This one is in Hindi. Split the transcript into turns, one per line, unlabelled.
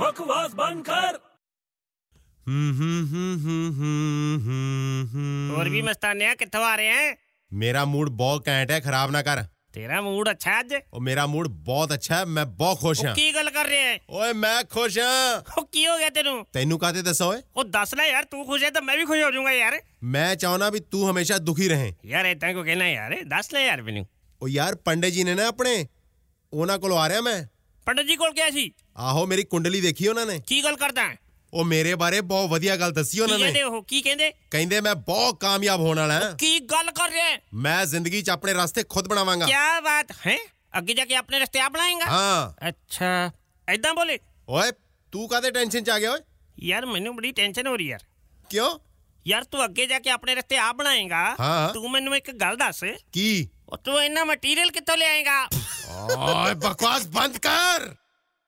बकवास बंद कर
और भी मस्तानिया कितों आ रहे हैं
मेरा मूड बहुत कैंट है खराब ना कर
तेरा मूड अच्छा है आज
और मेरा मूड बहुत अच्छा है मैं बहुत खुश
ओ
हां
की गल कर रहे हैं
ओए मैं खुश हां
ओ की हो गया तेनू
ਤੈਨੂੰ ਕਾਤੇ ਦੱਸਾਂ ਓਏ
ओ दस ना यार तू खुश है तो मैं भी खुश हो जाऊंगा यार
ਮੈਂ ਚਾਹਣਾ ਵੀ ਤੂੰ ਹਮੇਸ਼ਾ ਦੁਖੀ ਰਹੇ
यार इतना को कहना है यार दस ना यार मैनू
ਉਹ ਯਾਰ ਪੰਡੇ ਜੀ ਨੇ ਨਾ ਆਪਣੇ ਉਹਨਾਂ ਕੋਲ ਆ ਰਿਹਾ ਮੈਂ
पंडित जी कोल क्या सी
ਆਹੋ ਮੇਰੀ ਕੁੰਡਲੀ ਦੇਖੀ ਉਹਨਾਂ ਨੇ
की गल करता है
ਉਹ ਮੇਰੇ ਬਾਰੇ ਬਹੁਤ ਵਧੀਆ ਗੱਲ ਦੱਸੀ
की
ਉਹਨਾਂ
कहते
ਨੇ
हो की कहते
ਕਹਿੰਦੇ ਮੈਂ ਬਹੁਤ ਕਾਮਯਾਬ ਹੋਣ ਵਾਲਾ ਹਾਂ
की गल कर रहे हैं
ਮੈਂ ਜ਼ਿੰਦਗੀ 'ਚ ਆਪਣੇ ਰਸਤੇ ਖੁਦ ਬਣਾਵਾਂਗਾ
क्या बात है आगे जाके अपने रास्ते आप बनाएगा
ਹਾਂ
अच्छा ऐदा बोले
ਓਏ ਤੂੰ ਕਾਤੇ ਟੈਨਸ਼ਨ 'ਚ ਆ ਗਿਆ ਓਏ
यार मैनू बड़ी टेंशन हो रही है यार
ਕਿਉਂ
ਯਾਰ ਤੂੰ ਅੱਗੇ ਜਾ ਕੇ ਆਪਣੇ ਰਸਤੇ ਆਪ ਬਣਾਏਗਾ
ਹਾਂ।
ਤੂੰ ਮੈਨੂੰ ਇੱਕ ਗੱਲ ਦੱਸ
ਕੀ
ਉਹ ਤੂੰ ਇੰਨਾ ਮਟੀਰੀਅਲ ਕਿੱਥੋਂ ਲਿਆਏਗਾ
ਓਏ ਬਕਵਾਸ ਬੰਦ ਕਰ